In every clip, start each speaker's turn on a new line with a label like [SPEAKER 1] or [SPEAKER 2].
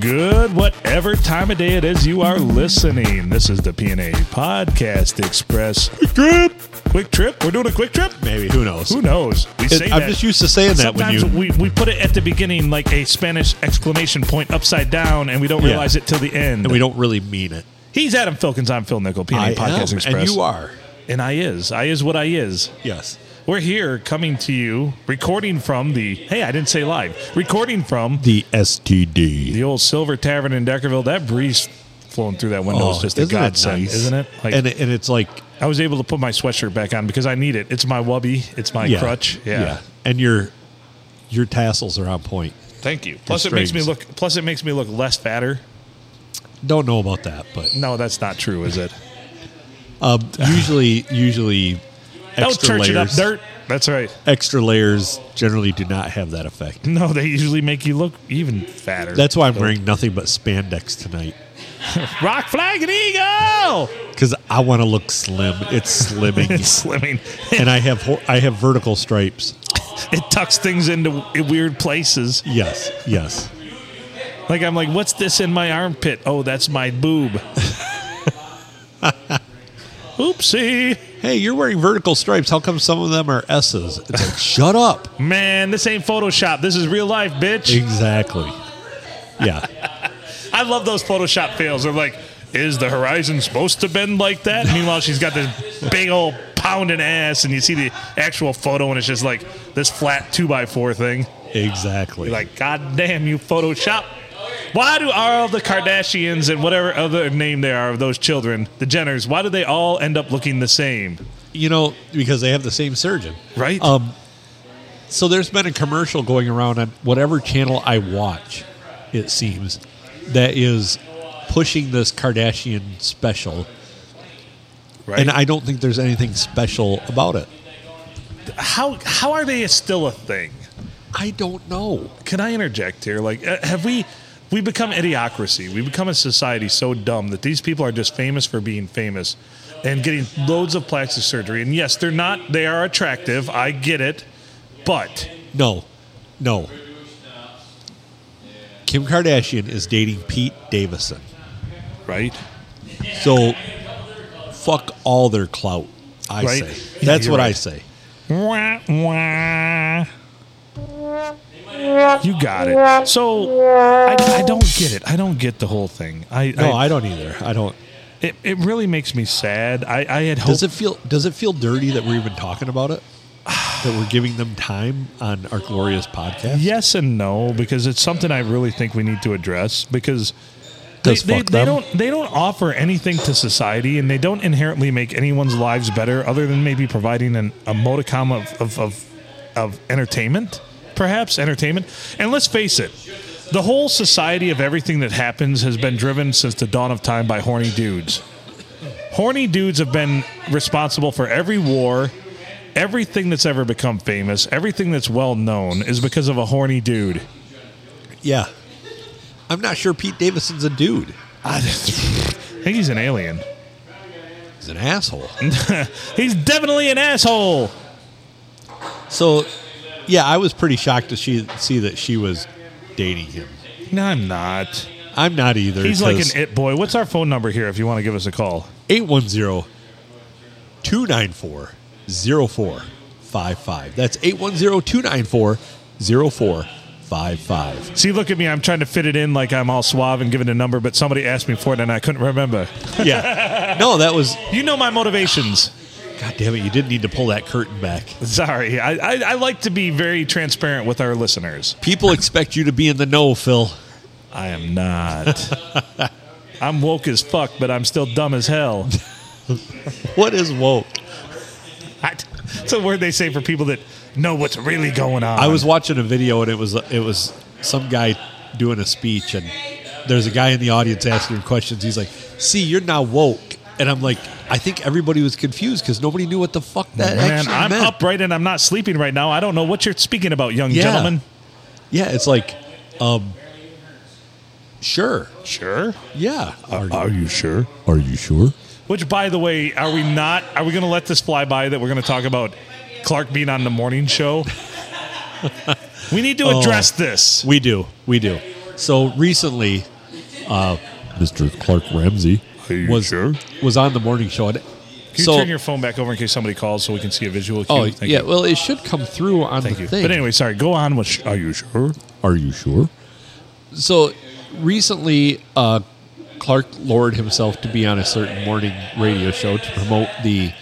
[SPEAKER 1] good, whatever time of day it is you are listening. This is the PNA Podcast Express. Quick trip. Quick trip. We're doing a quick trip.
[SPEAKER 2] Maybe who knows?
[SPEAKER 1] Who knows? We
[SPEAKER 2] It-
[SPEAKER 1] say
[SPEAKER 2] I'm
[SPEAKER 1] that.
[SPEAKER 2] just used to saying that when
[SPEAKER 1] Sometimes
[SPEAKER 2] you.
[SPEAKER 1] we, we put it at the beginning like a Spanish exclamation point upside down, and we don't
[SPEAKER 2] Yeah.
[SPEAKER 1] realize it till the end.
[SPEAKER 2] and we don't really mean it.
[SPEAKER 1] He's Adam Filkins. I'm Phil Nickel, PNA Podcast Express.
[SPEAKER 2] and you are.
[SPEAKER 1] And I is. I is what I is.
[SPEAKER 2] Yes.
[SPEAKER 1] We're here coming to you, recording from the, hey, I didn't say live, recording from
[SPEAKER 2] The STD.
[SPEAKER 1] the old Silver Tavern in Deckerville. That breeze flowing through that window
[SPEAKER 2] Oh,
[SPEAKER 1] is just a godsend, isn't it? Like,
[SPEAKER 2] and it- and it's like
[SPEAKER 1] I was able to put my sweatshirt back on because I need it. It's my wubby. It's my
[SPEAKER 2] yeah,
[SPEAKER 1] crutch. Yeah.
[SPEAKER 2] And your your tassels are on point.
[SPEAKER 1] Thank you. Plus, it
[SPEAKER 2] strings.
[SPEAKER 1] makes me look. Plus, it makes me look less fatter.
[SPEAKER 2] Don't know about that, but
[SPEAKER 1] No, that's not true, is it?
[SPEAKER 2] um, usually usually
[SPEAKER 1] Don't
[SPEAKER 2] extra
[SPEAKER 1] church it up,
[SPEAKER 2] layers
[SPEAKER 1] dirt. That's right.
[SPEAKER 2] extra layers generally do not have that effect.
[SPEAKER 1] No, they usually make you look even fatter.
[SPEAKER 2] That's why I'm wearing nothing but spandex tonight
[SPEAKER 1] rock flag and eagle.
[SPEAKER 2] because I want to look slim. It's slimming,
[SPEAKER 1] It's slimming.
[SPEAKER 2] and I have hor- I have vertical stripes.
[SPEAKER 1] It tucks things into w- weird places.
[SPEAKER 2] Yes, yes.
[SPEAKER 1] Like I'm like, what's this in my armpit? Oh, that's my boob. Oopsie.
[SPEAKER 2] Hey, you're wearing vertical stripes. How come some of them are S's? It's like, shut up.
[SPEAKER 1] Man, this ain't Photoshop. This is real life, bitch.
[SPEAKER 2] Exactly. Yeah.
[SPEAKER 1] I love those Photoshop fails. They're like, is the horizon supposed to bend like that? Meanwhile, she's got this big old pounding ass, and you see the actual photo, and it's just like this flat two by four thing.
[SPEAKER 2] Exactly.
[SPEAKER 1] Like, God damn you, Photoshop. Why do all the Kardashians and whatever other name there are of those children, the Jenners, why do they all end up looking the same?
[SPEAKER 2] you know, because they have the same surgeon.
[SPEAKER 1] Right?
[SPEAKER 2] Um so there's been a commercial going around on whatever channel I watch, it seems, that is pushing this Kardashian special.
[SPEAKER 1] Right.
[SPEAKER 2] And I don't think there's anything special about it.
[SPEAKER 1] How how are they still a thing?
[SPEAKER 2] I don't know.
[SPEAKER 1] Can I interject here? Like, uh, have we we become idiocracy? We become a society so dumb that these people are just famous for being famous and getting loads of plastic surgery. And yes, they're not. They are attractive. I get it, but
[SPEAKER 2] No. No. Kim Kardashian is dating Pete Davison.
[SPEAKER 1] right.
[SPEAKER 2] So fuck all their clout. I
[SPEAKER 1] Right?
[SPEAKER 2] say.
[SPEAKER 1] Yeah,
[SPEAKER 2] That's
[SPEAKER 1] you're
[SPEAKER 2] what I
[SPEAKER 1] right.
[SPEAKER 2] say.
[SPEAKER 1] Wah, wah. You got it. So I, I don't get it. I don't get the whole thing. I,
[SPEAKER 2] No,
[SPEAKER 1] I,
[SPEAKER 2] I, don't either. I don't.
[SPEAKER 1] it, it really makes me sad. I, I had hoped
[SPEAKER 2] Does it feel does it feel dirty that we're even talking about it? that we're giving them time on our glorious podcast?
[SPEAKER 1] Yes and no, because it's something I really think we need to address because they,
[SPEAKER 2] Does
[SPEAKER 1] they,
[SPEAKER 2] fuck
[SPEAKER 1] they
[SPEAKER 2] them?
[SPEAKER 1] don't they don't offer anything to society and they don't inherently make anyone's lives better other than maybe providing an a modicum of of, of of entertainment, perhaps entertainment. And let's face it, the whole society of everything that happens has been driven since the dawn of time by horny dudes. Horny dudes have been responsible for every war, everything that's ever become famous, everything that's well known is because of a horny dude.
[SPEAKER 2] Yeah. I'm not sure Pete Davison's a dude.
[SPEAKER 1] I think he's an alien.
[SPEAKER 2] He's an asshole.
[SPEAKER 1] He's definitely an asshole.
[SPEAKER 2] So yeah, I was pretty shocked to she, see that she was dating him.
[SPEAKER 1] No, I'm not.
[SPEAKER 2] I'm not either.
[SPEAKER 1] He's like an
[SPEAKER 2] because-
[SPEAKER 1] it boy. What's our phone number here if you want to give us a call?
[SPEAKER 2] 810-294-0455. That's 810-294-0455.
[SPEAKER 1] See, look at me. I'm trying to fit it in like I'm all suave and giving a number, but somebody asked me for it and I couldn't remember.
[SPEAKER 2] Yeah. No, that was
[SPEAKER 1] You know my motivations.
[SPEAKER 2] God damn it, you didn't need to pull that curtain back.
[SPEAKER 1] Sorry. I, I, I like to be very transparent with our listeners.
[SPEAKER 2] People expect you to be in the know, Phil.
[SPEAKER 1] I am not. I'm woke as fuck, but I'm still dumb as hell.
[SPEAKER 2] What is woke?
[SPEAKER 1] It's a word they say for people that know what's really going on.
[SPEAKER 2] I was watching a video and it was it was some guy doing a speech and there's a guy in the audience asking him questions. He's like, "See, you're now woke." And I'm like, I think everybody was confused because nobody knew what the fuck that
[SPEAKER 1] Man,
[SPEAKER 2] actually
[SPEAKER 1] I'm
[SPEAKER 2] meant.
[SPEAKER 1] upright and I'm not sleeping right now. I don't know what you're speaking about, young
[SPEAKER 2] Yeah.
[SPEAKER 1] gentleman.
[SPEAKER 2] Yeah, it's like, um, sure,
[SPEAKER 1] Sure.
[SPEAKER 2] yeah. Are,
[SPEAKER 1] you sure?
[SPEAKER 2] are you sure?
[SPEAKER 1] Which, by the way, are we not? Are we going to let this fly by that we're going to talk about Clark being on the morning show?
[SPEAKER 2] Oh.
[SPEAKER 1] we need to address this.
[SPEAKER 2] We do, we do. So recently, uh, Mr. Clark Ramsey
[SPEAKER 1] Are you
[SPEAKER 2] was
[SPEAKER 1] sure?
[SPEAKER 2] was on the morning show. And
[SPEAKER 1] Can you
[SPEAKER 2] so,
[SPEAKER 1] turn your phone back over in case somebody calls so we can see a visual cue?
[SPEAKER 2] oh
[SPEAKER 1] Thank
[SPEAKER 2] yeah,
[SPEAKER 1] you.
[SPEAKER 2] well it should come through on
[SPEAKER 1] Thank
[SPEAKER 2] the
[SPEAKER 1] you.
[SPEAKER 2] thing.
[SPEAKER 1] But anyway, sorry. Go on. With sh- are you sure?
[SPEAKER 2] Are you sure? So recently, uh, Clark lowered himself to be on a certain morning radio show to promote the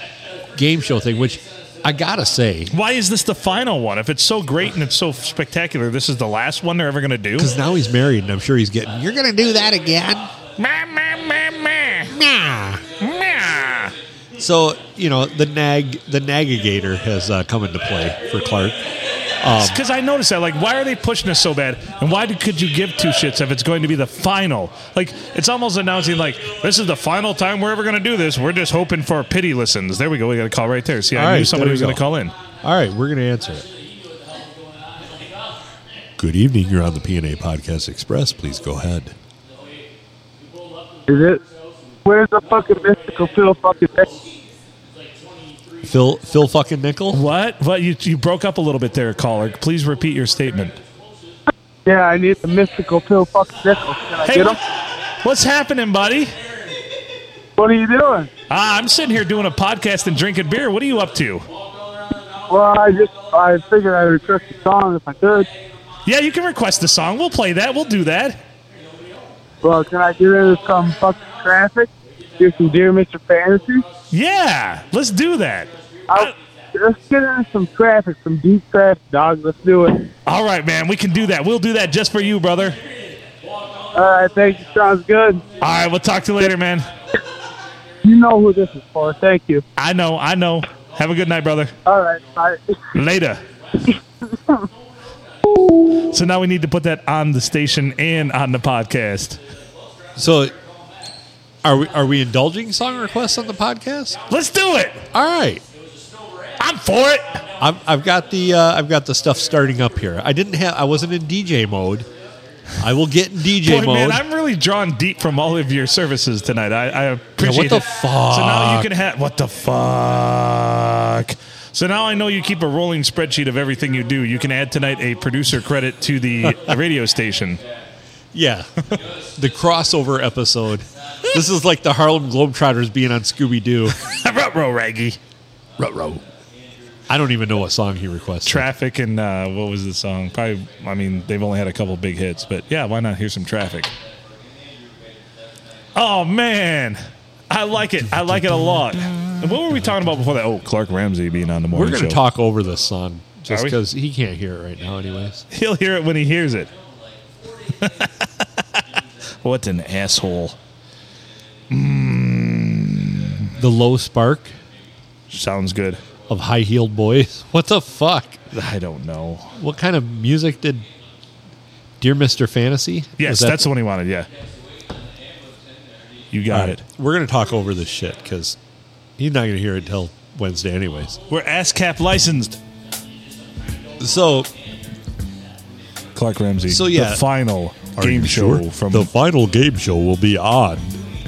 [SPEAKER 2] game show thing, which I gotta say,
[SPEAKER 1] Why is this the final one? If it's so great and it's so spectacular, this is the last one they're ever going to do.
[SPEAKER 2] because now he's married and I'm sure he's getting, you're gonna do that again?
[SPEAKER 1] Ma, ma, ma, ma,
[SPEAKER 2] Nah.
[SPEAKER 1] ma.
[SPEAKER 2] So, you know, the nag, the nagagator has uh, come into play for Clark.
[SPEAKER 1] Because I noticed that. Like, why are they pushing this so bad? And why do, could you give two shits if it's going to be the final? Like, it's almost announcing, like, this is the final time we're ever going to do this. We're just hoping for pity listens. There we go. We got a call right there. See,
[SPEAKER 2] All
[SPEAKER 1] I knew
[SPEAKER 2] right,
[SPEAKER 1] somebody
[SPEAKER 2] there we
[SPEAKER 1] was going
[SPEAKER 2] go.
[SPEAKER 1] to call in.
[SPEAKER 2] All right, we're gonna answer it. Good evening. You're on the PNA Podcast Express. Please go ahead.
[SPEAKER 3] Is it? Where's the fucking mystical Phil fucking Nick-
[SPEAKER 2] Phil, Phil fucking Nickel.
[SPEAKER 1] What? What? You, you broke up a little bit there, caller. Please repeat your statement.
[SPEAKER 3] Yeah, I need the mystical Phil fucking nickel. Can I
[SPEAKER 1] Hey,
[SPEAKER 3] get him?
[SPEAKER 1] what's happening, buddy?
[SPEAKER 3] What are you doing?
[SPEAKER 1] Ah, I'm sitting here doing a podcast and drinking beer. What are you up to?
[SPEAKER 3] Well, I just I figured I'd request a song if I could.
[SPEAKER 1] Yeah, you can request a song. We'll play that. We'll do that.
[SPEAKER 3] Well, can I get into some fucking traffic? Do some Dear Mr. Fantasy?
[SPEAKER 1] Yeah, let's do that.
[SPEAKER 3] I, let's get into some traffic, some deep traffic, dog. Let's do it.
[SPEAKER 1] All right, man, we can do that. We'll do that just for you, brother.
[SPEAKER 3] All right, thank you. Sounds good.
[SPEAKER 1] All right, we'll talk to you later, man.
[SPEAKER 3] You know who this is for. Thank you.
[SPEAKER 1] I know, I know. Have a good night, brother.
[SPEAKER 3] All right, bye.
[SPEAKER 1] Later. so now we need to put that on the station and on the podcast.
[SPEAKER 2] So, are we are we indulging song requests on the podcast?
[SPEAKER 1] Let's do it.
[SPEAKER 2] All right,
[SPEAKER 1] I'm for it.
[SPEAKER 2] I've, I've got the uh, I've got the stuff starting up here. I didn't have I wasn't in DJ mode. I will get in DJ
[SPEAKER 1] Boy,
[SPEAKER 2] mode.
[SPEAKER 1] man, I'm really drawn deep from all of your services tonight. I, I appreciate
[SPEAKER 2] what the
[SPEAKER 1] it. So now you
[SPEAKER 2] fuck?
[SPEAKER 1] can have what the fuck. So now I know you keep a rolling spreadsheet of everything you do. You can add tonight a producer credit to the radio station.
[SPEAKER 2] yeah, the crossover episode. This is like the Harlem Globetrotters being on Scooby Doo.
[SPEAKER 1] Ruh-roh, Raggy.
[SPEAKER 2] Ruh-roh. I don't even know what song he requested.
[SPEAKER 1] Traffic and uh, what was the song? Probably. I mean, they've only had a couple big hits, but yeah, why not hear some traffic? Oh man, I like it. I like it a lot. And what were we talking about before that? Oh, Clark Ramsey being on the
[SPEAKER 2] We're
[SPEAKER 1] morning
[SPEAKER 2] gonna
[SPEAKER 1] show.
[SPEAKER 2] talk over this song just
[SPEAKER 1] Are we?
[SPEAKER 2] because he can't hear it right now, anyways.
[SPEAKER 1] He'll hear it when he hears it. what an asshole!
[SPEAKER 2] The low spark
[SPEAKER 1] Sounds good.
[SPEAKER 2] of high heeled boys. What the fuck?
[SPEAKER 1] I don't know.
[SPEAKER 2] What kind of music did Dear Mr. Fantasy?
[SPEAKER 1] Yes,
[SPEAKER 2] Was that-
[SPEAKER 1] that's the one he wanted. Yeah, you got it.
[SPEAKER 2] We're gonna talk over this shit because he's not gonna hear it until Wednesday, anyways.
[SPEAKER 1] We're ASCAP licensed.
[SPEAKER 2] So,
[SPEAKER 1] Clark Ramsey.
[SPEAKER 2] So, yeah.
[SPEAKER 1] the final game show from
[SPEAKER 2] final game show will be on.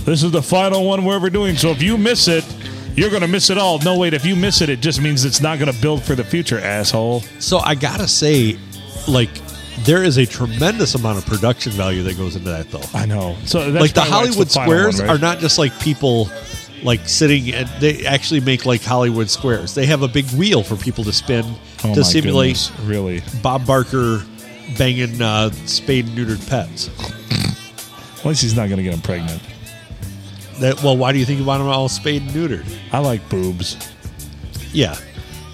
[SPEAKER 1] This is the final one we're ever doing. So if you miss it, you're going to miss it all. No, wait, if you miss it, it just means it's not going to build for the future, asshole.
[SPEAKER 2] So I gotta say, like, there is a tremendous amount of production value that goes into that, though.
[SPEAKER 1] I know. So that's
[SPEAKER 2] like the
[SPEAKER 1] probably why it's
[SPEAKER 2] Hollywood
[SPEAKER 1] final one,
[SPEAKER 2] squares
[SPEAKER 1] right?
[SPEAKER 2] are not just like people like sitting and they actually make like Hollywood squares. They have a big wheel for people to spin
[SPEAKER 1] Oh my
[SPEAKER 2] to simulate
[SPEAKER 1] goodness, really.
[SPEAKER 2] Bob Barker banging uh, spayed and neutered pets.
[SPEAKER 1] At least he's not going to get him pregnant.
[SPEAKER 2] That well, why do you think about them all spayed and neutered?
[SPEAKER 1] I like boobs.
[SPEAKER 2] Yeah,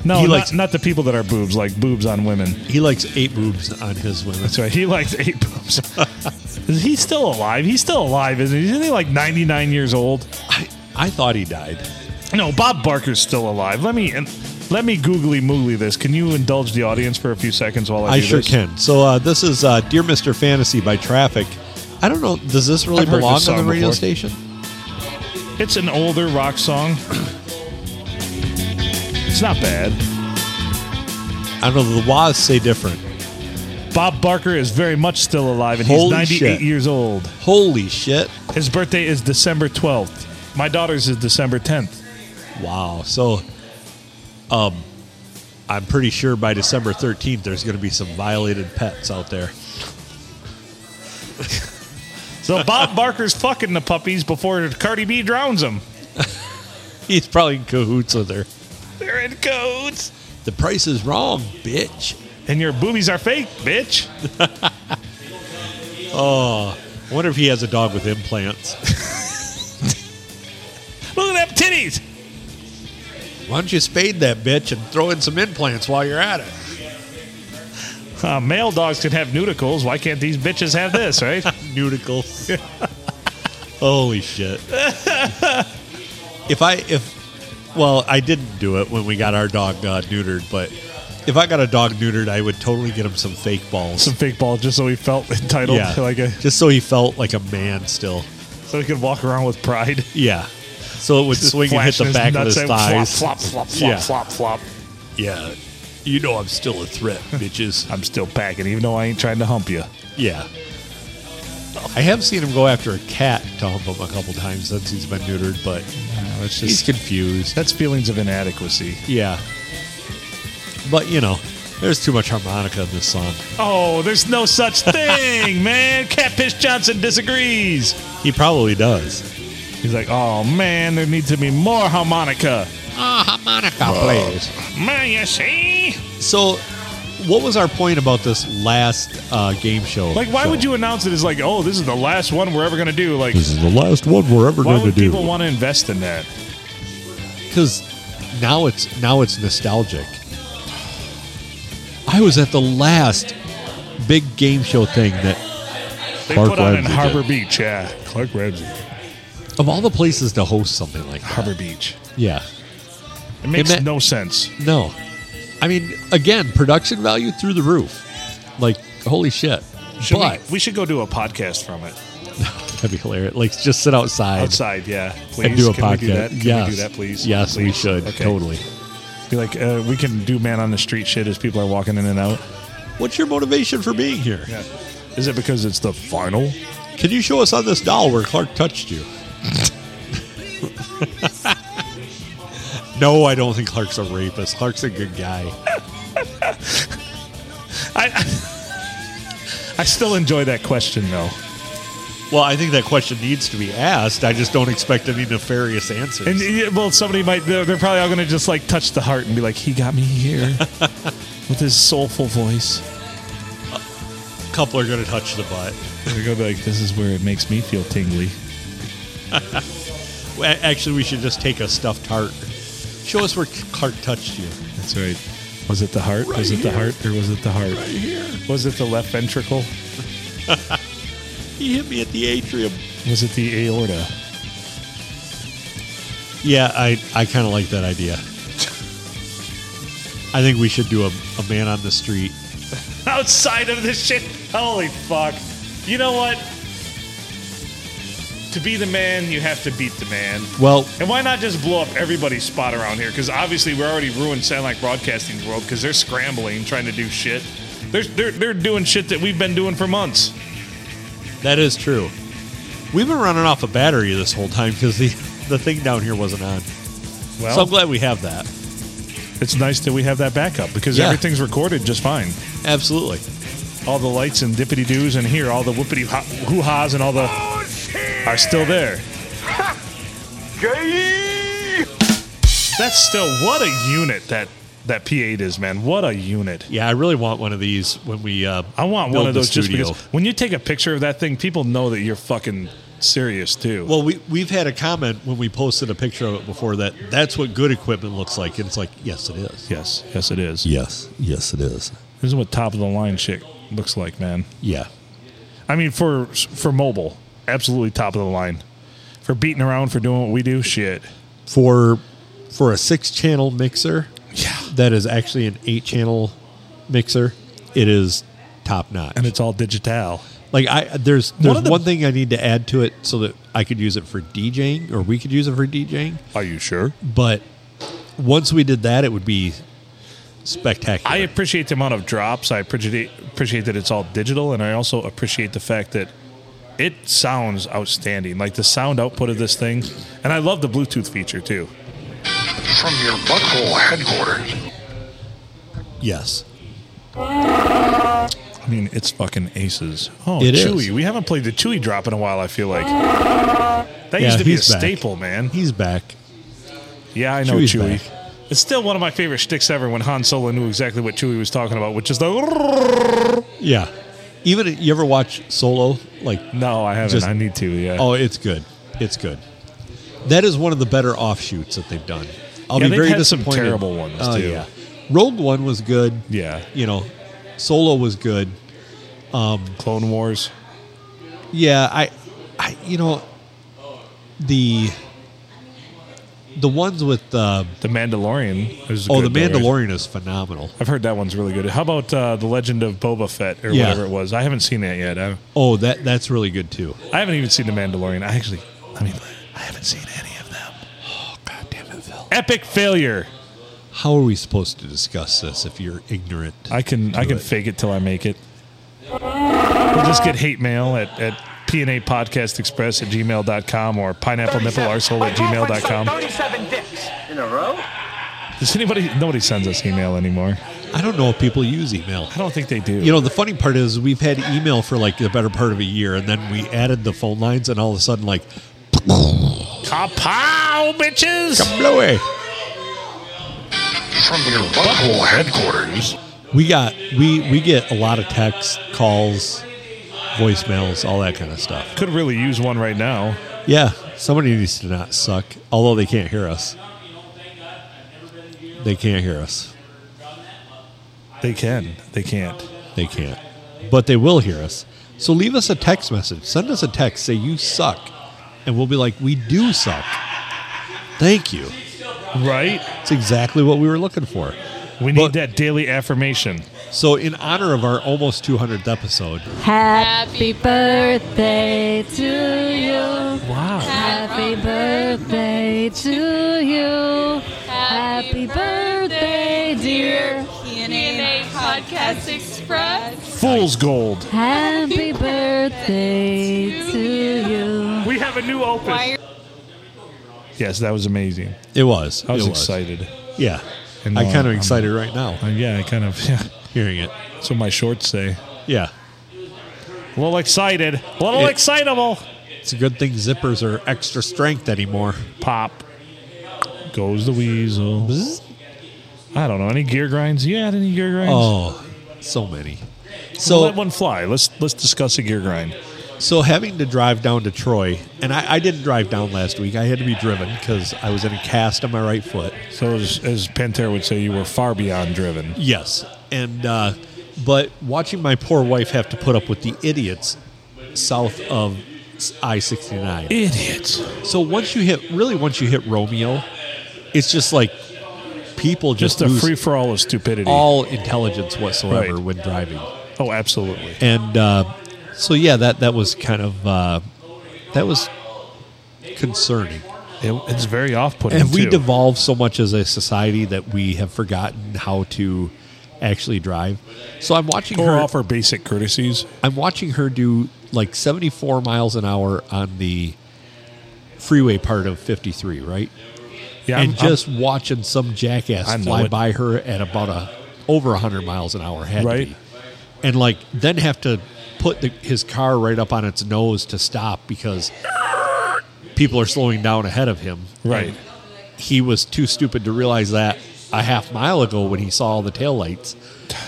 [SPEAKER 1] No,
[SPEAKER 2] He
[SPEAKER 1] not,
[SPEAKER 2] likes-
[SPEAKER 1] not the people that are boobs, like boobs on women.
[SPEAKER 2] he likes eight boobs on his women.
[SPEAKER 1] That's right. He likes eight boobs. is he still alive? He's still alive, isn't he? Isn't he like 99 years old?
[SPEAKER 2] I, I thought he died.
[SPEAKER 1] No, Bob Barker's still alive. Let me and let me googly moogly this. Can you indulge the audience for a few seconds while I,
[SPEAKER 2] I
[SPEAKER 1] do
[SPEAKER 2] sure
[SPEAKER 1] this?
[SPEAKER 2] can. So uh, this is uh, Dear Mr. Fantasy by Traffic. I don't know. Does this really
[SPEAKER 1] I've heard
[SPEAKER 2] belong
[SPEAKER 1] this
[SPEAKER 2] on the
[SPEAKER 1] song
[SPEAKER 2] radio
[SPEAKER 1] before.
[SPEAKER 2] station?
[SPEAKER 1] It's an older rock song. it's not bad.
[SPEAKER 2] I don't know. The Waz say different.
[SPEAKER 1] Bob Barker is very much still alive, and he's
[SPEAKER 2] Holy
[SPEAKER 1] 98
[SPEAKER 2] shit.
[SPEAKER 1] years old.
[SPEAKER 2] Holy shit!
[SPEAKER 1] His birthday is December 12th. My daughter's is December 10th.
[SPEAKER 2] Wow. So, um, I'm pretty sure by December 13th, there's going to be some violated pets out there.
[SPEAKER 1] So So Bob Barker's fucking the puppies before Cardi B drowns them.
[SPEAKER 2] He's probably in cahoots with her.
[SPEAKER 1] They're in codes.
[SPEAKER 2] The price is wrong, bitch.
[SPEAKER 1] And your boobies are fake, bitch.
[SPEAKER 2] I wonder if he has a dog with implants.
[SPEAKER 1] Look at them titties.
[SPEAKER 2] Why don't you spade that bitch and throw in some implants while you're at it?
[SPEAKER 1] Uh, male dogs can have nudicles. Why can't these bitches have this, right?
[SPEAKER 2] Nudicles. Holy shit. if I if well, I didn't do it when we got our dog uh, neutered, but if I got a dog neutered, I would totally get him some fake balls.
[SPEAKER 1] Some fake balls just so he felt entitled,
[SPEAKER 2] yeah,
[SPEAKER 1] like a,
[SPEAKER 2] just so he felt like a man still.
[SPEAKER 1] so he could walk around with pride.
[SPEAKER 2] Yeah. So it would swing and hit
[SPEAKER 1] Flashing his
[SPEAKER 2] the back of
[SPEAKER 1] nuts
[SPEAKER 2] his
[SPEAKER 1] out,
[SPEAKER 2] thighs.
[SPEAKER 1] Flop, flop, flop, flop,
[SPEAKER 2] Yeah.
[SPEAKER 1] flop, flop.
[SPEAKER 2] Yeah. You know I'm still a threat, bitches.
[SPEAKER 1] I'm still packing, even though I ain't trying to hump you.
[SPEAKER 2] Yeah. I have seen him go after a cat to hump him a couple times since he's been neutered, but
[SPEAKER 1] that's
[SPEAKER 2] he's confused.
[SPEAKER 1] that's feelings of inadequacy.
[SPEAKER 2] Yeah. But, you know, there's too much harmonica in this song.
[SPEAKER 1] Oh, there's no such thing, man. Catfish Johnson disagrees.
[SPEAKER 2] He probably does.
[SPEAKER 1] He's like, oh man, there needs to be more harmonica.
[SPEAKER 2] Ah, harmonica, please.
[SPEAKER 1] Man, you see?
[SPEAKER 2] So, what was our point about this last uh, game show?
[SPEAKER 1] Like, why would you announce it as like, oh, this is the last one we're ever gonna do? Like,
[SPEAKER 2] This is the last one we're ever
[SPEAKER 1] why
[SPEAKER 2] going to
[SPEAKER 1] would people
[SPEAKER 2] do.
[SPEAKER 1] want to invest in that?
[SPEAKER 2] Because now it's now it's nostalgic. I was at the last big game show thing that
[SPEAKER 1] They
[SPEAKER 2] Clark
[SPEAKER 1] put on in
[SPEAKER 2] Ramsey
[SPEAKER 1] Harbor
[SPEAKER 2] did.
[SPEAKER 1] Beach, yeah. Clark Ramsey,
[SPEAKER 2] of all the places to host something like that.
[SPEAKER 1] Harbor Beach.
[SPEAKER 2] Yeah.
[SPEAKER 1] It makes
[SPEAKER 2] meant-
[SPEAKER 1] no sense.
[SPEAKER 2] No. I mean, again, production value through the roof. Like, holy shit.
[SPEAKER 1] Should
[SPEAKER 2] but
[SPEAKER 1] we, we should go do a podcast from it
[SPEAKER 2] that'd be hilarious. Like, just sit outside,
[SPEAKER 1] outside. Yeah, please.
[SPEAKER 2] and do a
[SPEAKER 1] Can
[SPEAKER 2] podcast.
[SPEAKER 1] We do that? Can
[SPEAKER 2] yes.
[SPEAKER 1] we do that, please?
[SPEAKER 2] Yes, we
[SPEAKER 1] Please.
[SPEAKER 2] should.
[SPEAKER 1] Okay.
[SPEAKER 2] Totally.
[SPEAKER 1] Be like, uh, we can do man on the street shit as people are walking in and out.
[SPEAKER 2] What's your motivation for being here?
[SPEAKER 1] Yeah. Is it because it's the final?
[SPEAKER 2] Can you show us on this doll where Clark touched you? no, I don't think Clark's a rapist. Clark's a good guy.
[SPEAKER 1] I I still enjoy that question though.
[SPEAKER 2] Well, I think that question needs to be asked. I just don't expect any nefarious answers.
[SPEAKER 1] And yeah, well, somebody might they're, they're probably all going to just like touch the heart and be like, "He got me here with his soulful voice."
[SPEAKER 2] a couple are going to touch the butt.
[SPEAKER 1] And they're going to be like, "This is where it makes me feel tingly."
[SPEAKER 2] Well, a- Actually, we should just take a stuffed heart. Show us where Clark touched you.
[SPEAKER 1] That's right. Was it the heart? was it the heart or was it the heart? Right here. Was it the left ventricle?
[SPEAKER 2] He hit me at the atrium.
[SPEAKER 1] Was it the aorta?
[SPEAKER 2] Yeah, I, I kind of like that idea. I think we should do a, a man on the street.
[SPEAKER 1] outside of this shit. Holy fuck. You know what? To be the man, you have to beat the man.
[SPEAKER 2] Well,
[SPEAKER 1] And why not just blow up everybody's spot around here? Because obviously we're already ruined Sound Like Broadcasting's world because they're scrambling, trying to do shit. They're, they're, they're doing shit that we've been doing for months.
[SPEAKER 2] that is true. We've been running off a battery this whole time because the, the thing down here wasn't on.
[SPEAKER 1] Well,
[SPEAKER 2] so I'm glad we have that.
[SPEAKER 1] it's nice that we have that backup because
[SPEAKER 2] Yeah.
[SPEAKER 1] everything's recorded just fine.
[SPEAKER 2] Absolutely.
[SPEAKER 1] All the lights and dippity doos and here, all the whoopity hoo ha's and all the are still there. That's still what a unit that that P8 is, man. What a unit.
[SPEAKER 2] Yeah, I really want one of these when we. Uh,
[SPEAKER 1] I want
[SPEAKER 2] build
[SPEAKER 1] one of
[SPEAKER 2] the
[SPEAKER 1] those just
[SPEAKER 2] studio.
[SPEAKER 1] because when you take a picture of that thing, people know that you're fucking serious too.
[SPEAKER 2] Well, we we've had a comment when we posted a picture of it before that that's what good equipment looks like, and it's like yes, it is.
[SPEAKER 1] yes, yes, it is.
[SPEAKER 2] Yes, yes, it is.
[SPEAKER 1] This is what top of the line shit looks like, man.
[SPEAKER 2] Yeah,
[SPEAKER 1] I mean, for for mobile, absolutely top of the line. For beating around, for doing what we do, shit.
[SPEAKER 2] for for a six channel mixer, yeah, that is actually an eight channel mixer. It is top notch.
[SPEAKER 1] And it's all digital.
[SPEAKER 2] Like I there's
[SPEAKER 1] One
[SPEAKER 2] there's
[SPEAKER 1] of
[SPEAKER 2] one,
[SPEAKER 1] the-
[SPEAKER 2] thing I need to add to it so that I could use it for DJing or we could use it for DJing.
[SPEAKER 1] Are you sure?
[SPEAKER 2] But once we did that, it would be spectacular.
[SPEAKER 1] I appreciate the amount of drops. I appreciate appreciate that it's all digital, and I also appreciate the fact that it sounds outstanding. Like the sound output of this thing, and I love the Bluetooth feature too.
[SPEAKER 4] from your butthole headquarters.
[SPEAKER 2] yes.
[SPEAKER 1] I mean, it's fucking aces. Oh,
[SPEAKER 2] It is.
[SPEAKER 1] Chewy. We haven't played the Chewy drop in a while. I feel like that
[SPEAKER 2] Yeah,
[SPEAKER 1] used to be a
[SPEAKER 2] he's back.
[SPEAKER 1] staple, man.
[SPEAKER 2] He's back.
[SPEAKER 1] Yeah, I know
[SPEAKER 2] Chewie's
[SPEAKER 1] Chewie.
[SPEAKER 2] back.
[SPEAKER 1] It's still one of my favorite shticks ever when Han Solo knew exactly what Chewie was talking about, which is the.
[SPEAKER 2] Yeah. Even you ever watch Solo? Like,
[SPEAKER 1] No, I haven't.
[SPEAKER 2] Just-
[SPEAKER 1] I need to. Yeah.
[SPEAKER 2] oh, it's good. It's good. That is one of the better offshoots that they've done. I'll
[SPEAKER 1] Yeah,
[SPEAKER 2] be
[SPEAKER 1] they've
[SPEAKER 2] very
[SPEAKER 1] had some
[SPEAKER 2] disappointed.
[SPEAKER 1] terrible ones,
[SPEAKER 2] Oh,
[SPEAKER 1] too.
[SPEAKER 2] yeah. Rogue One was good.
[SPEAKER 1] Yeah.
[SPEAKER 2] You know, Solo was good.
[SPEAKER 1] Clone Wars.
[SPEAKER 2] Yeah, I, I, you know, the the ones with uh,
[SPEAKER 1] The Mandalorian. was
[SPEAKER 2] oh, the
[SPEAKER 1] good, though, right?
[SPEAKER 2] Mandalorian is phenomenal.
[SPEAKER 1] I've heard that one's really good. How about uh, The Legend of Boba Fett or
[SPEAKER 2] Yeah.
[SPEAKER 1] whatever it was? I haven't seen that yet. I,
[SPEAKER 2] Oh, that that's really good too.
[SPEAKER 1] I haven't even seen The Mandalorian. I actually, I mean, I haven't seen any of them.
[SPEAKER 2] Oh, God damn it, Phil!
[SPEAKER 1] Epic failure.
[SPEAKER 2] How are we supposed to discuss this if you're ignorant?
[SPEAKER 1] I can
[SPEAKER 2] to
[SPEAKER 1] I can
[SPEAKER 2] it?
[SPEAKER 1] fake it till I make it. We'll just get hate mail at, at PNA Podcast Express at gmail.com or pineapple nipple arsehole at gmail.com.
[SPEAKER 5] Thirty-seven dicks.
[SPEAKER 1] Does anybody nobody sends us email anymore?
[SPEAKER 2] I don't know if people use email.
[SPEAKER 1] I don't think they do.
[SPEAKER 2] You know, the funny part is we've had email for like the better part of a year, and then we added the phone lines, and all of a sudden, like,
[SPEAKER 1] Kapow, bitches!
[SPEAKER 2] no way.
[SPEAKER 4] From your butthole headquarters.
[SPEAKER 2] We got we we get a lot of texts, calls, voicemails, all that kind of stuff.
[SPEAKER 1] Could really use one right now.
[SPEAKER 2] Yeah, somebody needs to not suck. Although they can't hear us, they can't hear us.
[SPEAKER 1] They can. They can't.
[SPEAKER 2] They can't, but they will hear us. So leave us a text message. Send us a text. Say you suck, and we'll be like, we do suck. Thank you.
[SPEAKER 1] Right?
[SPEAKER 2] It's exactly what we were looking for.
[SPEAKER 1] We need
[SPEAKER 2] But-
[SPEAKER 1] that daily affirmation.
[SPEAKER 2] So in honor of our almost 200th episode,
[SPEAKER 6] Happy birthday to you.
[SPEAKER 1] Wow.
[SPEAKER 6] Happy birthday to you. Happy birthday, dear.
[SPEAKER 7] PNA Podcast Express.
[SPEAKER 1] Fool's gold.
[SPEAKER 6] Happy birthday to you.
[SPEAKER 1] We have a new open.
[SPEAKER 7] Why-
[SPEAKER 1] Yes, that was amazing.
[SPEAKER 2] it was.
[SPEAKER 1] I was
[SPEAKER 2] it
[SPEAKER 1] excited.
[SPEAKER 2] Yeah.
[SPEAKER 1] And,
[SPEAKER 2] I'm
[SPEAKER 1] uh,
[SPEAKER 2] kind of
[SPEAKER 1] I'm-
[SPEAKER 2] excited right now
[SPEAKER 1] Uh, yeah, I kind of. Yeah.
[SPEAKER 2] hearing it.
[SPEAKER 1] That's what my shorts say.
[SPEAKER 2] Yeah.
[SPEAKER 1] A little excited. A little
[SPEAKER 2] It-
[SPEAKER 1] excitable.
[SPEAKER 2] It's a good thing zippers are extra strength anymore.
[SPEAKER 1] Pop. Goes the weasel. I don't know. Any gear grinds? You had any gear grinds?
[SPEAKER 2] Oh, so many.
[SPEAKER 1] We'll
[SPEAKER 2] So
[SPEAKER 1] let one fly. Let's let's discuss a gear grind.
[SPEAKER 2] so having to drive down to Troy, and I, I didn't drive down last week. I had to be driven because I was in a cast on my right foot.
[SPEAKER 1] So as, as Pantera would say, you were far beyond driven.
[SPEAKER 2] Yes, and uh, but watching my poor wife have to put up with the idiots south of I sixty nine.
[SPEAKER 1] Idiots.
[SPEAKER 2] So once you hit, really, once you hit Romeo, it's just like people just,
[SPEAKER 1] Just a
[SPEAKER 2] lose
[SPEAKER 1] free for all of stupidity.
[SPEAKER 2] all intelligence whatsoever
[SPEAKER 1] Right.
[SPEAKER 2] when driving.
[SPEAKER 1] oh, absolutely.
[SPEAKER 2] And uh, so, yeah, that that was kind of uh, that was concerning.
[SPEAKER 1] It- it's very off putting.
[SPEAKER 2] And we devolved so much as a society that we have forgotten how to actually drive. So I'm watching
[SPEAKER 1] or
[SPEAKER 2] her.
[SPEAKER 1] offer basic courtesies.
[SPEAKER 2] I'm watching her do like 74 miles an hour on the freeway part of 53, right?
[SPEAKER 1] Yeah,
[SPEAKER 2] and
[SPEAKER 1] I'm- I'm-
[SPEAKER 2] just watching some jackass
[SPEAKER 1] I know
[SPEAKER 2] fly
[SPEAKER 1] it.
[SPEAKER 2] by her at about a over 100 miles an hour had to
[SPEAKER 1] Right.
[SPEAKER 2] be. and like then have to put the, his car right up on its nose to stop because people are slowing down ahead of him
[SPEAKER 1] right.
[SPEAKER 2] And he was too stupid to realize that a half mile ago when he saw all the taillights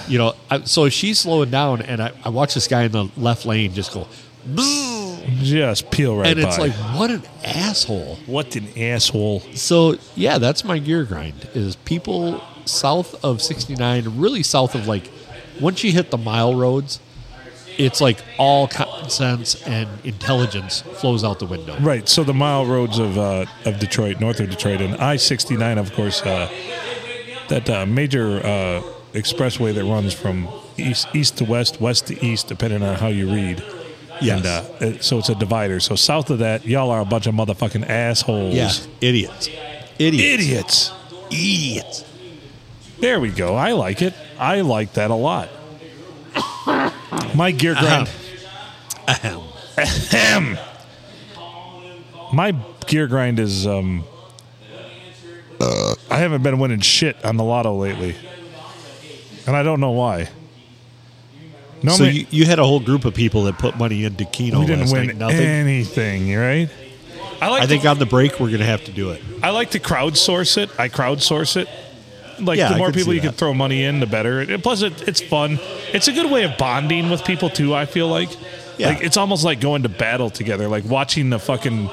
[SPEAKER 2] you know I, so she's slowing down and I, I watch this guy in the left lane just go "Bzzz,"
[SPEAKER 1] Just peel right
[SPEAKER 2] and it's
[SPEAKER 1] by.
[SPEAKER 2] like what an asshole
[SPEAKER 1] what an asshole.
[SPEAKER 2] so yeah, that's my gear grind. Is people south of 69, really south of like, once you hit the mile roads, it's like all common sense and intelligence flows out the window.
[SPEAKER 1] Right. So the mile roads of uh, of Detroit, north of Detroit, and I sixty nine, of course, uh, that uh, major uh, expressway that runs from east east to west, west to east, depending on how you read.
[SPEAKER 2] Yes.
[SPEAKER 1] And, uh, it- so it's a divider. So south of that, y'all are a bunch of motherfucking assholes.
[SPEAKER 2] Yeah, idiots, idiots,
[SPEAKER 1] Idiots.
[SPEAKER 2] idiots.
[SPEAKER 1] There we go. I like it. I like that a lot. My gear
[SPEAKER 2] Uh-huh.
[SPEAKER 1] grind.
[SPEAKER 2] Ahem.
[SPEAKER 1] Ahem. My gear grind is um I haven't been winning shit on the lotto lately. And I don't know why.
[SPEAKER 2] so
[SPEAKER 1] Normally-
[SPEAKER 2] you, you had a whole group of people that put money into Keno
[SPEAKER 1] we didn't
[SPEAKER 2] last
[SPEAKER 1] win
[SPEAKER 2] night. Nothing.
[SPEAKER 1] anything, right? I like
[SPEAKER 2] I
[SPEAKER 1] to-
[SPEAKER 2] think on the break we're gonna have to do it.
[SPEAKER 1] I like to crowdsource it. I crowdsource it. Like
[SPEAKER 2] Yeah,
[SPEAKER 1] the
[SPEAKER 2] I
[SPEAKER 1] more
[SPEAKER 2] can
[SPEAKER 1] people
[SPEAKER 2] see
[SPEAKER 1] you can
[SPEAKER 2] that.
[SPEAKER 1] throw money in, the better. And plus, it, it's fun. It's a good way of bonding with people too. I feel like,
[SPEAKER 2] Yeah.
[SPEAKER 1] like it's almost like going to battle together. Like watching the fucking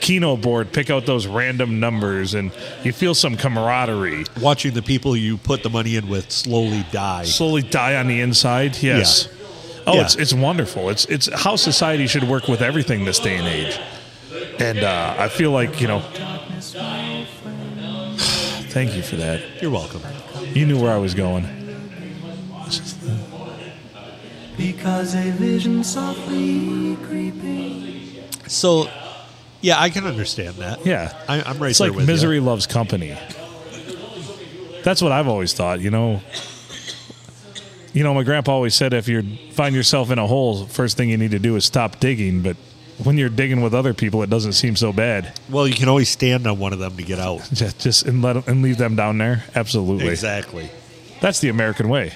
[SPEAKER 1] keno board pick out those random numbers, and you feel some camaraderie.
[SPEAKER 2] Watching the people you put the money in with slowly die.
[SPEAKER 1] Slowly die on the inside. Yes. Oh,
[SPEAKER 2] Yeah.
[SPEAKER 1] it's it's wonderful. It's it's how society should work with everything this day and age. And uh, I feel like you know. Thank you for that.
[SPEAKER 2] You're welcome.
[SPEAKER 1] You knew where I was going.
[SPEAKER 5] Because a vision softly creeping.
[SPEAKER 2] So, yeah, I can understand that.
[SPEAKER 1] Yeah,
[SPEAKER 2] I, I'm right
[SPEAKER 1] it's
[SPEAKER 2] there
[SPEAKER 1] like
[SPEAKER 2] with you.
[SPEAKER 1] misery loves company. That's what I've always thought. You know, you know, my grandpa always said if you find yourself in a hole, first thing you need to do is stop digging. But when you're digging with other people, it doesn't seem so bad.
[SPEAKER 2] Well, you can always stand on one of them to get out.
[SPEAKER 1] Just, just and let 'em- and leave them down there. Absolutely,
[SPEAKER 2] Exactly.
[SPEAKER 1] that's the American way.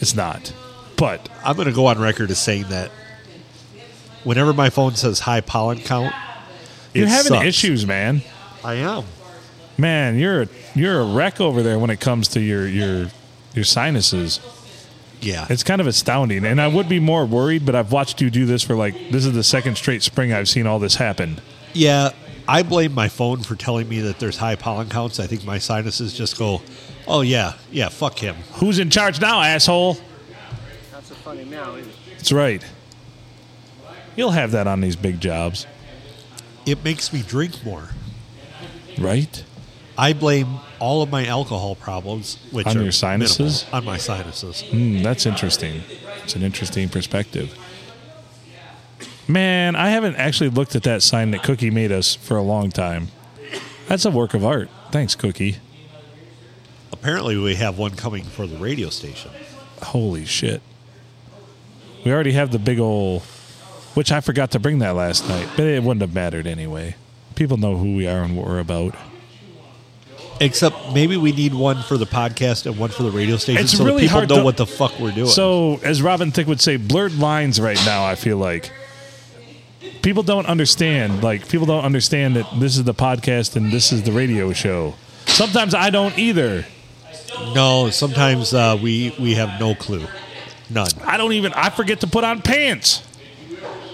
[SPEAKER 1] It's not, but
[SPEAKER 2] I'm going to go on record as saying that whenever my phone says high pollen count,
[SPEAKER 1] you're
[SPEAKER 2] it
[SPEAKER 1] having
[SPEAKER 2] sucks.
[SPEAKER 1] issues, man.
[SPEAKER 2] I am.
[SPEAKER 1] Man, you're a, you're a wreck over there when it comes to your your your sinuses.
[SPEAKER 2] Yeah.
[SPEAKER 1] It's kind of astounding, and I would be more worried, but I've watched you do this for like this is the second straight spring I've seen all this happen.
[SPEAKER 2] yeah. I blame my phone for telling me that there's high pollen counts. I think my sinuses just go, oh, yeah, yeah, fuck him.
[SPEAKER 1] Who's in charge now, asshole?
[SPEAKER 5] Not so funny now, is it?
[SPEAKER 1] That's right. You'll have that on these big jobs,
[SPEAKER 2] It makes me drink more.
[SPEAKER 1] right?
[SPEAKER 2] I blame all of my alcohol problems, which
[SPEAKER 1] On
[SPEAKER 2] are
[SPEAKER 1] your sinuses?
[SPEAKER 2] minimal, on my sinuses.
[SPEAKER 1] Hmm, that's interesting. It's an interesting perspective. Man, I haven't actually looked at that sign that Cookie made us for a long time. That's a work of art. Thanks, Cookie.
[SPEAKER 2] Apparently, we have one coming for the radio station.
[SPEAKER 1] Holy shit. We already have the big ol' which I forgot to bring that last night, but it wouldn't have mattered anyway. People know who we are and what we're about.
[SPEAKER 2] Except maybe we need one for the podcast and one for the radio station
[SPEAKER 1] It's
[SPEAKER 2] so that
[SPEAKER 1] really
[SPEAKER 2] people
[SPEAKER 1] hard
[SPEAKER 2] know
[SPEAKER 1] to-
[SPEAKER 2] what the fuck we're doing.
[SPEAKER 1] So, as Robin Thicke would say, blurred lines right now, I feel like. People don't understand. Like, people don't understand that this is the podcast and this is the radio show. Sometimes I don't either.
[SPEAKER 2] no, sometimes uh, we we have no clue, none.
[SPEAKER 1] I don't even, I forget to put on pants.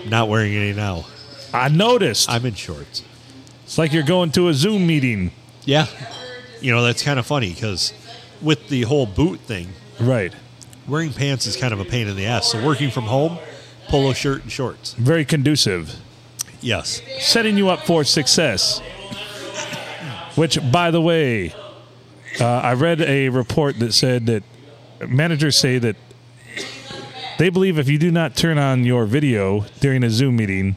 [SPEAKER 2] Not wearing any now.
[SPEAKER 1] I noticed.
[SPEAKER 2] I'm in shorts.
[SPEAKER 1] It's like you're going to a Zoom meeting.
[SPEAKER 2] Yeah, you know that's kind of funny because with the whole boot thing,
[SPEAKER 1] Right.
[SPEAKER 2] wearing pants is kind of a pain in the ass. So working from home, polo shirt and shorts.
[SPEAKER 1] Very conducive.
[SPEAKER 2] Yes,
[SPEAKER 1] setting you up for success. Which, by the way, uh, I read a report that said that managers say that they believe if you do not turn on your video during a Zoom meeting,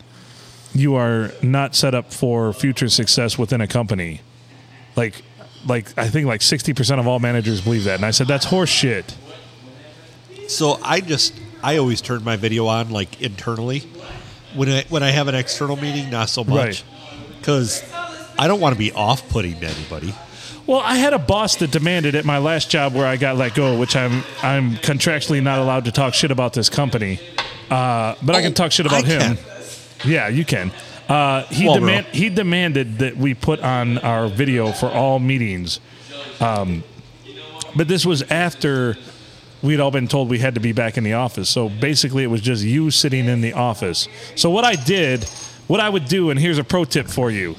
[SPEAKER 1] you are not set up for future success within a company. Like, like I think like sixty percent of all managers believe that, and I said that's horse shit.
[SPEAKER 2] So I just I always turn my video on like internally when I when I have an external meeting, not so
[SPEAKER 1] Right.
[SPEAKER 2] much because I don't want to be off putting to anybody.
[SPEAKER 1] Well, I had a boss that demanded at my last job where I got let go, which I'm I'm contractually not allowed to talk shit about this company, uh, but I can talk shit about
[SPEAKER 2] Oh, I
[SPEAKER 1] him.
[SPEAKER 2] can.
[SPEAKER 1] Yeah, you can. Uh, he
[SPEAKER 2] Well, bro.
[SPEAKER 1] demand he demanded that we put on our video for all meetings, um, but this was after we'd all been told we had to be back in the office. So basically, it was just you sitting in the office. So what I did, what I would do, and here's a pro tip for you.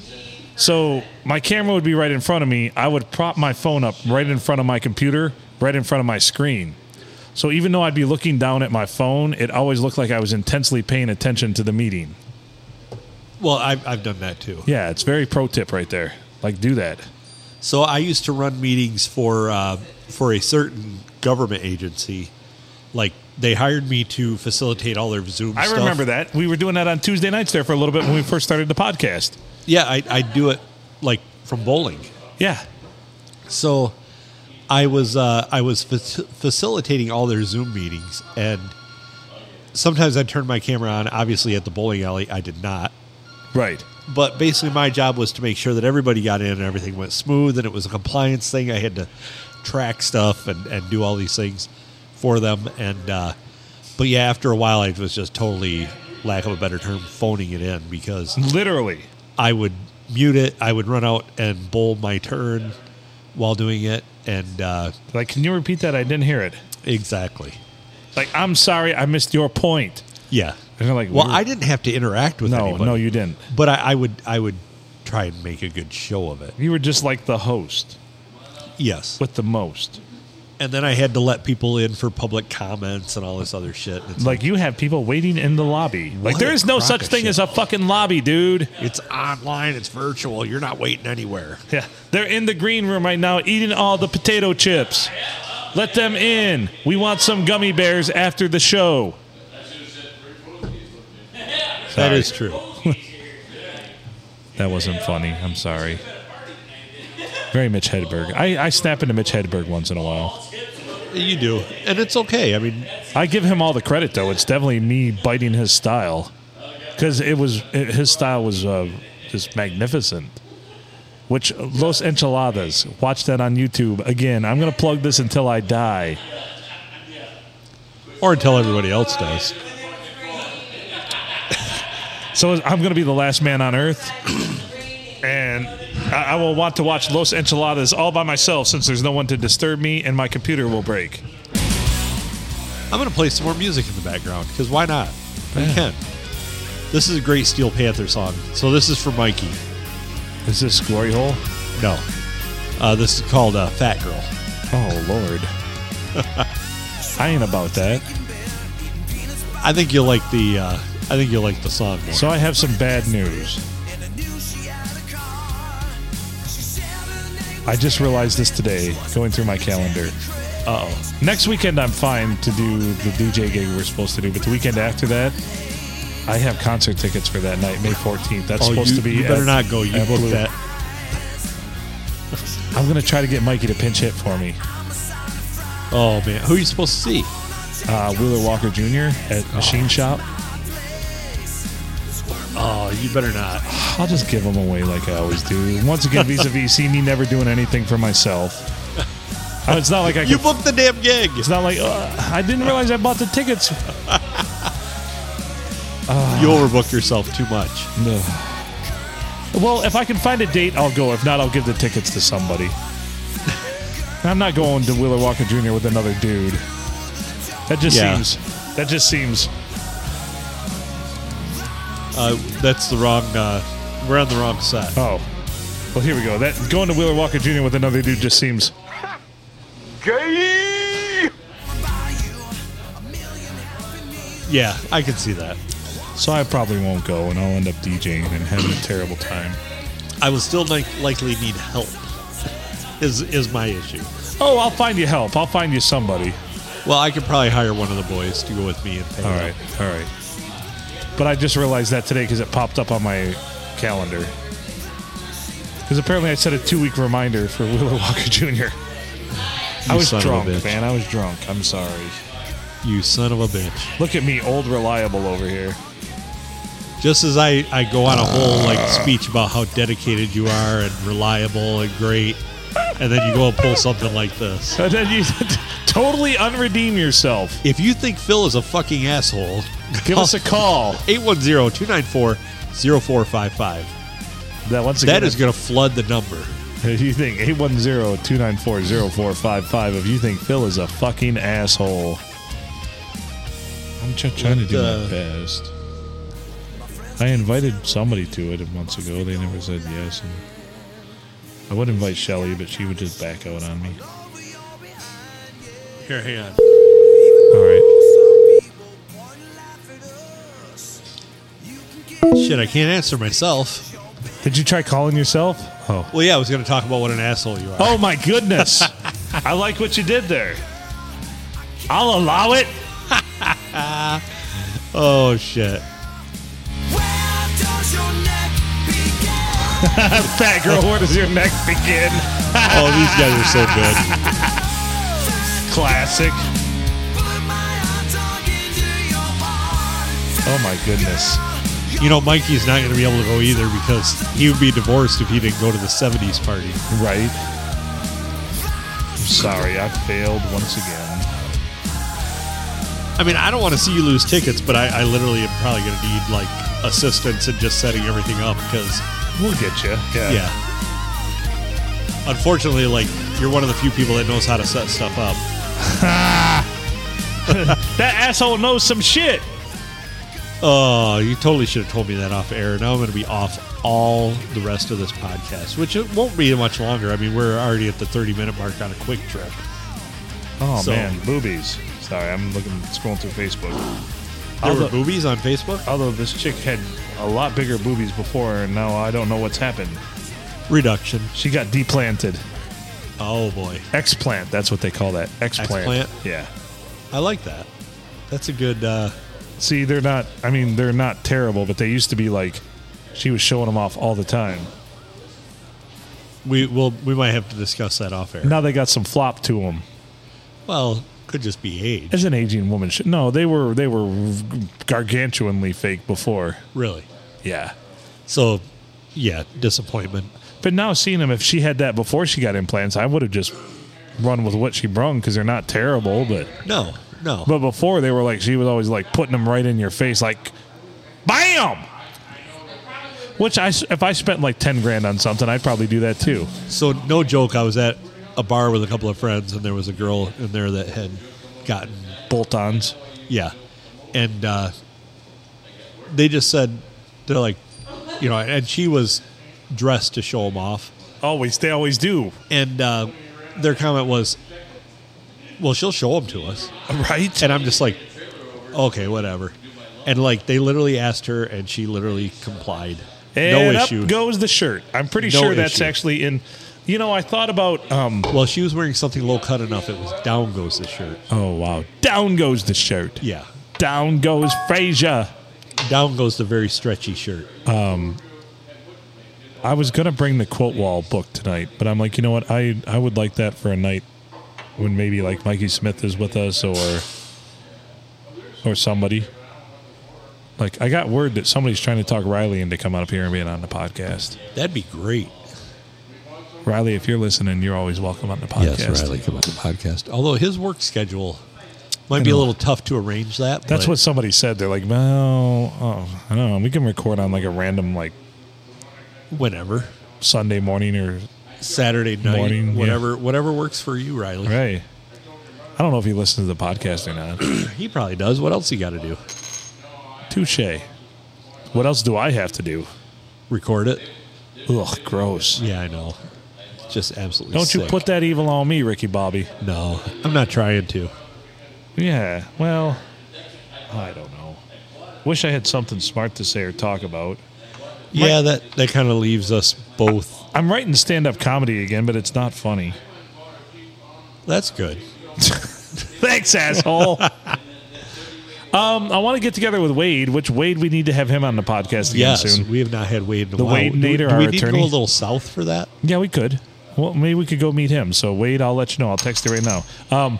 [SPEAKER 1] So my camera would be right in front of me. I would prop my phone up right in front of my computer, right in front of my screen. So even though I'd be looking down at my phone, it always looked like I was intensely paying attention to the meeting.
[SPEAKER 2] Well, I've I've done that too.
[SPEAKER 1] Yeah, it's very pro tip right there. Like do that.
[SPEAKER 2] So I used to run meetings for uh, for a certain government agency. Like they hired me to facilitate all their Zoom.
[SPEAKER 1] I
[SPEAKER 2] stuff.
[SPEAKER 1] remember that. We were doing that on Tuesday nights there for a little bit when we first started the podcast.
[SPEAKER 2] Yeah, I I do it like from bowling.
[SPEAKER 1] Yeah.
[SPEAKER 2] So I was uh, I was faci- facilitating all their Zoom meetings, and sometimes I turned my camera on. Obviously, at the bowling alley, I did not.
[SPEAKER 1] Right.
[SPEAKER 2] But basically, my job was to make sure that everybody got in and everything went smooth, and it was a compliance thing. I had to track stuff and, and do all these things for them. And uh, but yeah, after a while, I was just totally, lack of a better term, phoning it in because
[SPEAKER 1] Literally.
[SPEAKER 2] I would mute it. I would run out and bowl my turn while doing it. And uh,
[SPEAKER 1] Like, can you repeat that? I didn't hear it.
[SPEAKER 2] exactly,
[SPEAKER 1] Like, I'm sorry, I missed your point.
[SPEAKER 2] yeah.
[SPEAKER 1] And they're like,
[SPEAKER 2] Well,
[SPEAKER 1] we're-
[SPEAKER 2] I didn't have to interact with
[SPEAKER 1] No,
[SPEAKER 2] anybody.
[SPEAKER 1] no, you didn't.
[SPEAKER 2] But I, I would, I would try and make a good show of it.
[SPEAKER 1] You were just like the host
[SPEAKER 2] Yes.
[SPEAKER 1] with the most.
[SPEAKER 2] And then I had to let people in for public comments and all this other shit. It's
[SPEAKER 1] Like, you have people waiting in the lobby. like,
[SPEAKER 2] What
[SPEAKER 1] there
[SPEAKER 2] a
[SPEAKER 1] is no
[SPEAKER 2] crock
[SPEAKER 1] such
[SPEAKER 2] of
[SPEAKER 1] thing
[SPEAKER 2] shit.
[SPEAKER 1] as a fucking lobby, dude.
[SPEAKER 2] It's online. It's virtual. You're not waiting anywhere.
[SPEAKER 1] Yeah, they're in the green room right now eating all the potato chips. Let them in. We want some gummy bears after the show.
[SPEAKER 2] That is true.
[SPEAKER 1] That wasn't funny. I'm sorry. Very Mitch Hedberg. I, I snap into Mitch Hedberg once in a while.
[SPEAKER 2] You do, and it's okay. I mean,
[SPEAKER 1] I give him all the credit though. It's definitely me biting his style because it was it, his style was uh, just magnificent. Which Los Enchiladas? Watch that on YouTube again. I'm gonna plug this until I die.
[SPEAKER 2] or until everybody else does.
[SPEAKER 1] So I'm going to be the last man on earth, and I, I will want to watch Los Enchiladas all by myself since there's no one to disturb me, and my computer will break.
[SPEAKER 2] I'm gonna play some more music in the background because why not? We can. This is a great Steel Panther song. So this is for Mikey.
[SPEAKER 1] Is this glory hole?
[SPEAKER 2] No, uh, this is called uh, "Fat Girl."
[SPEAKER 1] Oh Lord, I ain't about that.
[SPEAKER 2] I think you'll like the. Uh, I think you'll like the song more.
[SPEAKER 1] So I have some bad news. I just realized this today, going through my calendar. Uh oh. Next weekend, I'm fine to do the DJ gig we're supposed to do, but the weekend after that, I have concert tickets for that night, May 14th. That's
[SPEAKER 2] oh,
[SPEAKER 1] supposed
[SPEAKER 2] you,
[SPEAKER 1] to be.
[SPEAKER 2] you better
[SPEAKER 1] at-
[SPEAKER 2] not go. You
[SPEAKER 1] at
[SPEAKER 2] booked
[SPEAKER 1] Blue.
[SPEAKER 2] that.
[SPEAKER 1] I'm going to try to get Mikey to pinch hit for me.
[SPEAKER 2] Oh man, who are you supposed to see?
[SPEAKER 1] Uh, Wheeler Walker Jr. at Machine Shop.
[SPEAKER 2] Oh, you better not.
[SPEAKER 1] I'll just give them away like I always do. Once again, vis a vis, see me never doing anything for myself. Uh, it's not like I can
[SPEAKER 2] You booked the damn gig.
[SPEAKER 1] It's not like uh, I didn't realize I bought the tickets. Ah.
[SPEAKER 2] You overbook yourself too much.
[SPEAKER 1] No. Well, if I can find a date, I'll go. If not, I'll give the tickets to somebody. I'm not going to Wheeler Walker Jr. with another dude. That just
[SPEAKER 2] Yeah.
[SPEAKER 1] seems. That just seems.
[SPEAKER 2] Uh, that's the wrong. Uh, we're on the wrong side.
[SPEAKER 1] Oh, well, here we go. That going to Wheeler Walker Jr. with another dude just seems.
[SPEAKER 2] Yeah, I can see that.
[SPEAKER 1] So I probably won't go, and I'll end up DJing and having a terrible time.
[SPEAKER 2] I will still like, likely need help. Is is my issue?
[SPEAKER 1] Oh, I'll find you help. I'll find you somebody.
[SPEAKER 2] Well, I could probably hire one of the boys to go with me. And pay
[SPEAKER 1] All
[SPEAKER 2] them.
[SPEAKER 1] right, all right. But I just realized that today because it popped up on my calendar. Because apparently I set a two-week reminder for Willow Walker Jr. I
[SPEAKER 2] You
[SPEAKER 1] was
[SPEAKER 2] son of a
[SPEAKER 1] drunk,
[SPEAKER 2] bitch.
[SPEAKER 1] man. I was drunk. I'm sorry.
[SPEAKER 2] You son of a bitch!
[SPEAKER 1] Look at me, old reliable over here.
[SPEAKER 2] Just as I I go on a whole like speech about how dedicated you are and reliable and great, and then you go and pull something like this.
[SPEAKER 1] And then you totally unredeem yourself.
[SPEAKER 2] If you think Phil is a fucking asshole,
[SPEAKER 1] Give us a call.
[SPEAKER 2] 810-294-0455.
[SPEAKER 1] That once again
[SPEAKER 2] That is going to flood the number.
[SPEAKER 1] If you think 810-294-0455 if you think Phil is a fucking asshole. I'm ju- trying to do my
[SPEAKER 2] the-
[SPEAKER 1] best. I invited somebody to it months ago. They never said yes. And I would invite Shelly, but she would just back out on me.
[SPEAKER 2] Here, hang on.
[SPEAKER 1] All right.
[SPEAKER 2] Shit, I can't answer myself.
[SPEAKER 1] Did you try calling yourself? Oh.
[SPEAKER 2] Well, yeah, I was going to talk about what an asshole you are.
[SPEAKER 1] Oh my goodness. I like what you did there. I'll allow it.
[SPEAKER 2] Oh, shit.
[SPEAKER 1] Fat girl, where does your neck begin?
[SPEAKER 2] Oh, these guys are so good.
[SPEAKER 1] Classic. Oh my goodness.
[SPEAKER 2] You know, Mikey's not going to be able to go either because he would be divorced if he didn't go to the 70s party.
[SPEAKER 1] Right. I'm sorry, I failed once again.
[SPEAKER 2] I mean, I don't want to see you lose tickets, but I, I literally am probably going to need like assistance in just setting everything up because
[SPEAKER 1] We'll get you. Yeah.
[SPEAKER 2] yeah. Unfortunately, like you're one of the few people that knows how to set stuff up.
[SPEAKER 1] That asshole knows some shit.
[SPEAKER 2] Oh, you totally should have told me that off air. Now I'm going to be off all the rest of this podcast, which it won't be much longer. I mean, we're already at the 30 minute mark on a quick trip.
[SPEAKER 1] Oh
[SPEAKER 2] So-
[SPEAKER 1] man, boobies. Sorry, I'm looking scrolling through Facebook.
[SPEAKER 2] There
[SPEAKER 1] Although-
[SPEAKER 2] were boobies on Facebook.
[SPEAKER 1] Although this chick had a lot bigger boobies before, and now I don't know what's happened.
[SPEAKER 2] Reduction.
[SPEAKER 1] She got deplanted,
[SPEAKER 2] Oh boy,
[SPEAKER 1] explant. That's what they call that. Explant.
[SPEAKER 2] Explant?
[SPEAKER 1] Yeah.
[SPEAKER 2] I like that. That's a good. Uh,
[SPEAKER 1] See, they're not. I mean, they're not terrible, but they used to be like. She was showing them off all the time.
[SPEAKER 2] we will. We might have to discuss that off air.
[SPEAKER 1] Now they got some flop to them.
[SPEAKER 2] Well, could just be age.
[SPEAKER 1] As an aging woman, should, no, they were they were gargantuanly fake before.
[SPEAKER 2] Really.
[SPEAKER 1] Yeah,
[SPEAKER 2] So, yeah, disappointment.
[SPEAKER 1] But now seeing them, if she had that before she got implants, I would have just run with what she brung because they're not terrible. But
[SPEAKER 2] No, no.
[SPEAKER 1] but before they were like she was always like putting them right in your face, like bam. Which I s- if I spent like ten grand on something, I'd probably do that too.
[SPEAKER 2] So no joke, I was at a bar with a couple of friends, and there was a girl in there that had gotten
[SPEAKER 1] Bolt-ons.
[SPEAKER 2] yeah, and uh, they just said they're like, you know, and she was dressed to show them off,
[SPEAKER 1] Always, they always do,
[SPEAKER 2] and uh, their comment was, "Well, she'll show them to us,"
[SPEAKER 1] right?
[SPEAKER 2] and I'm just like, "Okay, whatever," and like they literally asked her, and she literally complied.
[SPEAKER 1] And
[SPEAKER 2] no
[SPEAKER 1] up
[SPEAKER 2] issue.
[SPEAKER 1] goes the shirt. I'm pretty
[SPEAKER 2] No
[SPEAKER 1] sure that's
[SPEAKER 2] issue.
[SPEAKER 1] actually in. You know, I thought about. um
[SPEAKER 2] well, she was wearing something low cut enough. It was down goes the shirt.
[SPEAKER 1] Oh wow! Down goes the shirt.
[SPEAKER 2] Yeah,
[SPEAKER 1] Down goes Frasier.
[SPEAKER 2] down goes the very stretchy shirt.
[SPEAKER 1] I was gonna bring the quote wall book tonight, but I'm like, you know what? I I would like that for a night when maybe like Mikey Smith is with us or or somebody. Like I got word that somebody's trying to talk Riley into coming up here and being on the podcast.
[SPEAKER 2] That'd be great.
[SPEAKER 1] Riley, if you're listening, you're always welcome on the podcast.
[SPEAKER 2] come on the podcast. Although his work schedule might be a little tough to arrange that.
[SPEAKER 1] That's
[SPEAKER 2] but
[SPEAKER 1] what somebody said. They're like, well, oh, I don't know. We can record on like a random like
[SPEAKER 2] whenever
[SPEAKER 1] Sunday morning or
[SPEAKER 2] Saturday night,
[SPEAKER 1] Morning, yeah.
[SPEAKER 2] whatever, whatever works for you, Riley.
[SPEAKER 1] right. I don't know if he listens to the podcast or not.
[SPEAKER 2] He probably does. What else he got to do?
[SPEAKER 1] Touche. What else do I have to do?
[SPEAKER 2] Record it.
[SPEAKER 1] Ugh, gross.
[SPEAKER 2] Yeah, I know. Just absolutely.
[SPEAKER 1] Don't you
[SPEAKER 2] sick.
[SPEAKER 1] put that evil on me, Ricky Bobby.
[SPEAKER 2] No, I'm not trying to.
[SPEAKER 1] Yeah, well, I don't know. Wish I had something smart to say or talk about.
[SPEAKER 2] Yeah, that that kind of leaves us both.
[SPEAKER 1] I'm writing stand up comedy again, but it's not funny.
[SPEAKER 2] That's good.
[SPEAKER 1] Thanks, asshole. um, I want to get together with Wade, which Wade, we need to have him on the podcast again
[SPEAKER 2] Yes,
[SPEAKER 1] soon.
[SPEAKER 2] we have not had Wade in a
[SPEAKER 1] The
[SPEAKER 2] while.
[SPEAKER 1] Wade
[SPEAKER 2] Do-
[SPEAKER 1] Nader,
[SPEAKER 2] do
[SPEAKER 1] our
[SPEAKER 2] we need to
[SPEAKER 1] attorney.
[SPEAKER 2] go a little south for that?
[SPEAKER 1] Yeah, we could. Well, maybe we could go meet him. So Wade, I'll let you know. I'll text you right now. Um,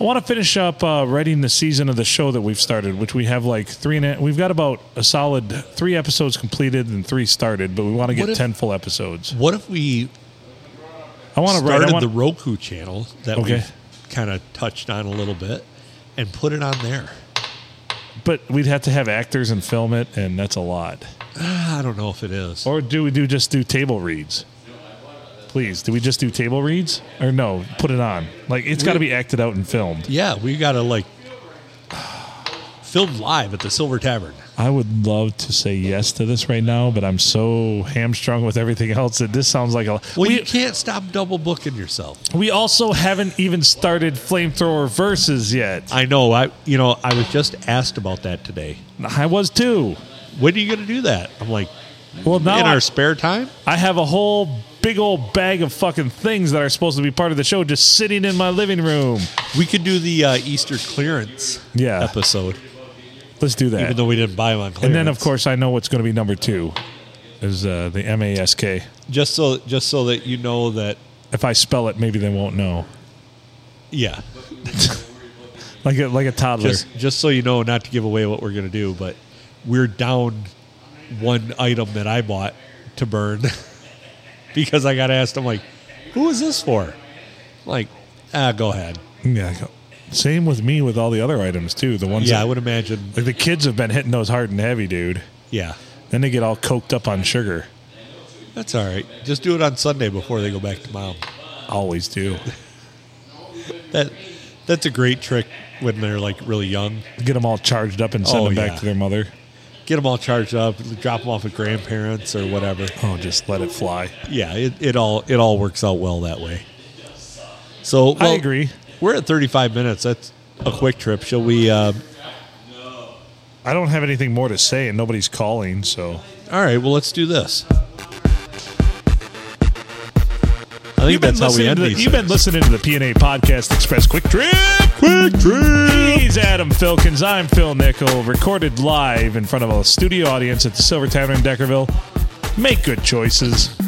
[SPEAKER 1] I want to finish up uh, writing the season of the show that we've started, which we have like three and a, we've got about a solid three episodes completed and three started, but we want to get
[SPEAKER 2] What if-
[SPEAKER 1] ten full episodes.
[SPEAKER 2] What if we
[SPEAKER 1] I want to write.
[SPEAKER 2] started
[SPEAKER 1] I want,
[SPEAKER 2] the Roku channel that
[SPEAKER 1] Okay.
[SPEAKER 2] we've kind of touched on a little bit and put it on there.
[SPEAKER 1] but we'd have to have actors and film it, and that's a lot.
[SPEAKER 2] Ah, I don't know if it is.
[SPEAKER 1] Or do we do just do table reads? Please, do we just do table reads or no? Put it on. Like it's got to be acted out and filmed.
[SPEAKER 2] yeah, we got to like film live at the Silver Tavern.
[SPEAKER 1] I would love to say yes to this right now, but I'm so hamstrung with everything else that this sounds like a.
[SPEAKER 2] Well,
[SPEAKER 1] we
[SPEAKER 2] you can't stop double booking yourself.
[SPEAKER 1] we also haven't even started flamethrower verses yet.
[SPEAKER 2] I know. I you know I was just asked about that today.
[SPEAKER 1] I was too.
[SPEAKER 2] When are you going to do that? I'm like
[SPEAKER 1] Well, now
[SPEAKER 2] in
[SPEAKER 1] I,
[SPEAKER 2] our spare time.
[SPEAKER 1] I have a whole big old bag of fucking things that are supposed to be part of the show just sitting in my living room.
[SPEAKER 2] We could do the uh, Easter clearance
[SPEAKER 1] Yeah.
[SPEAKER 2] episode,
[SPEAKER 1] Let's do
[SPEAKER 2] even
[SPEAKER 1] that.
[SPEAKER 2] though we didn't buy them on clearance.
[SPEAKER 1] And then, of course, I know what's going to be number two is uh, the MASK.
[SPEAKER 2] just so just so that you know that
[SPEAKER 1] If I spell it, maybe they won't know.
[SPEAKER 2] yeah,
[SPEAKER 1] Like a, like a toddler.
[SPEAKER 2] just just so you know not to give away what we're going to do but we're down one item that i bought to burn because i got asked i'm like who is this for I'm like ah go ahead
[SPEAKER 1] yeah. I go, Same with me with all the other items too. The ones
[SPEAKER 2] Yeah, I
[SPEAKER 1] that,
[SPEAKER 2] would imagine.
[SPEAKER 1] like the kids have been hitting those hard and heavy, dude.
[SPEAKER 2] Yeah,
[SPEAKER 1] Then they get all coked up on sugar.
[SPEAKER 2] that's all right. Just do it on Sunday before they go back to mom.
[SPEAKER 1] Always do.
[SPEAKER 2] That that's a great trick when they're like really young.
[SPEAKER 1] Get them all charged up and send
[SPEAKER 2] Oh,
[SPEAKER 1] them back
[SPEAKER 2] yeah.
[SPEAKER 1] to their mother.
[SPEAKER 2] Get them all charged up, drop them off at grandparents or whatever.
[SPEAKER 1] Oh, just let it fly.
[SPEAKER 2] Yeah, it, it all it all works out well that way. So well,
[SPEAKER 1] I agree.
[SPEAKER 2] We're at 35 minutes. That's a quick trip. Shall we? Uh,
[SPEAKER 1] I don't have anything more to say, and nobody's calling, so
[SPEAKER 2] all right. Well, let's do this. I think
[SPEAKER 1] You've been,
[SPEAKER 2] that's how
[SPEAKER 1] listening
[SPEAKER 2] we end
[SPEAKER 1] to the,
[SPEAKER 2] these
[SPEAKER 1] you've been
[SPEAKER 2] things.
[SPEAKER 1] listening to the PNA Podcast Express Quick Trip. Quick Trip. He's Adam Filkins. I'm Phil Nickel. Recorded live in front of a studio audience at the Silver Tavern in Deckerville. Make good choices.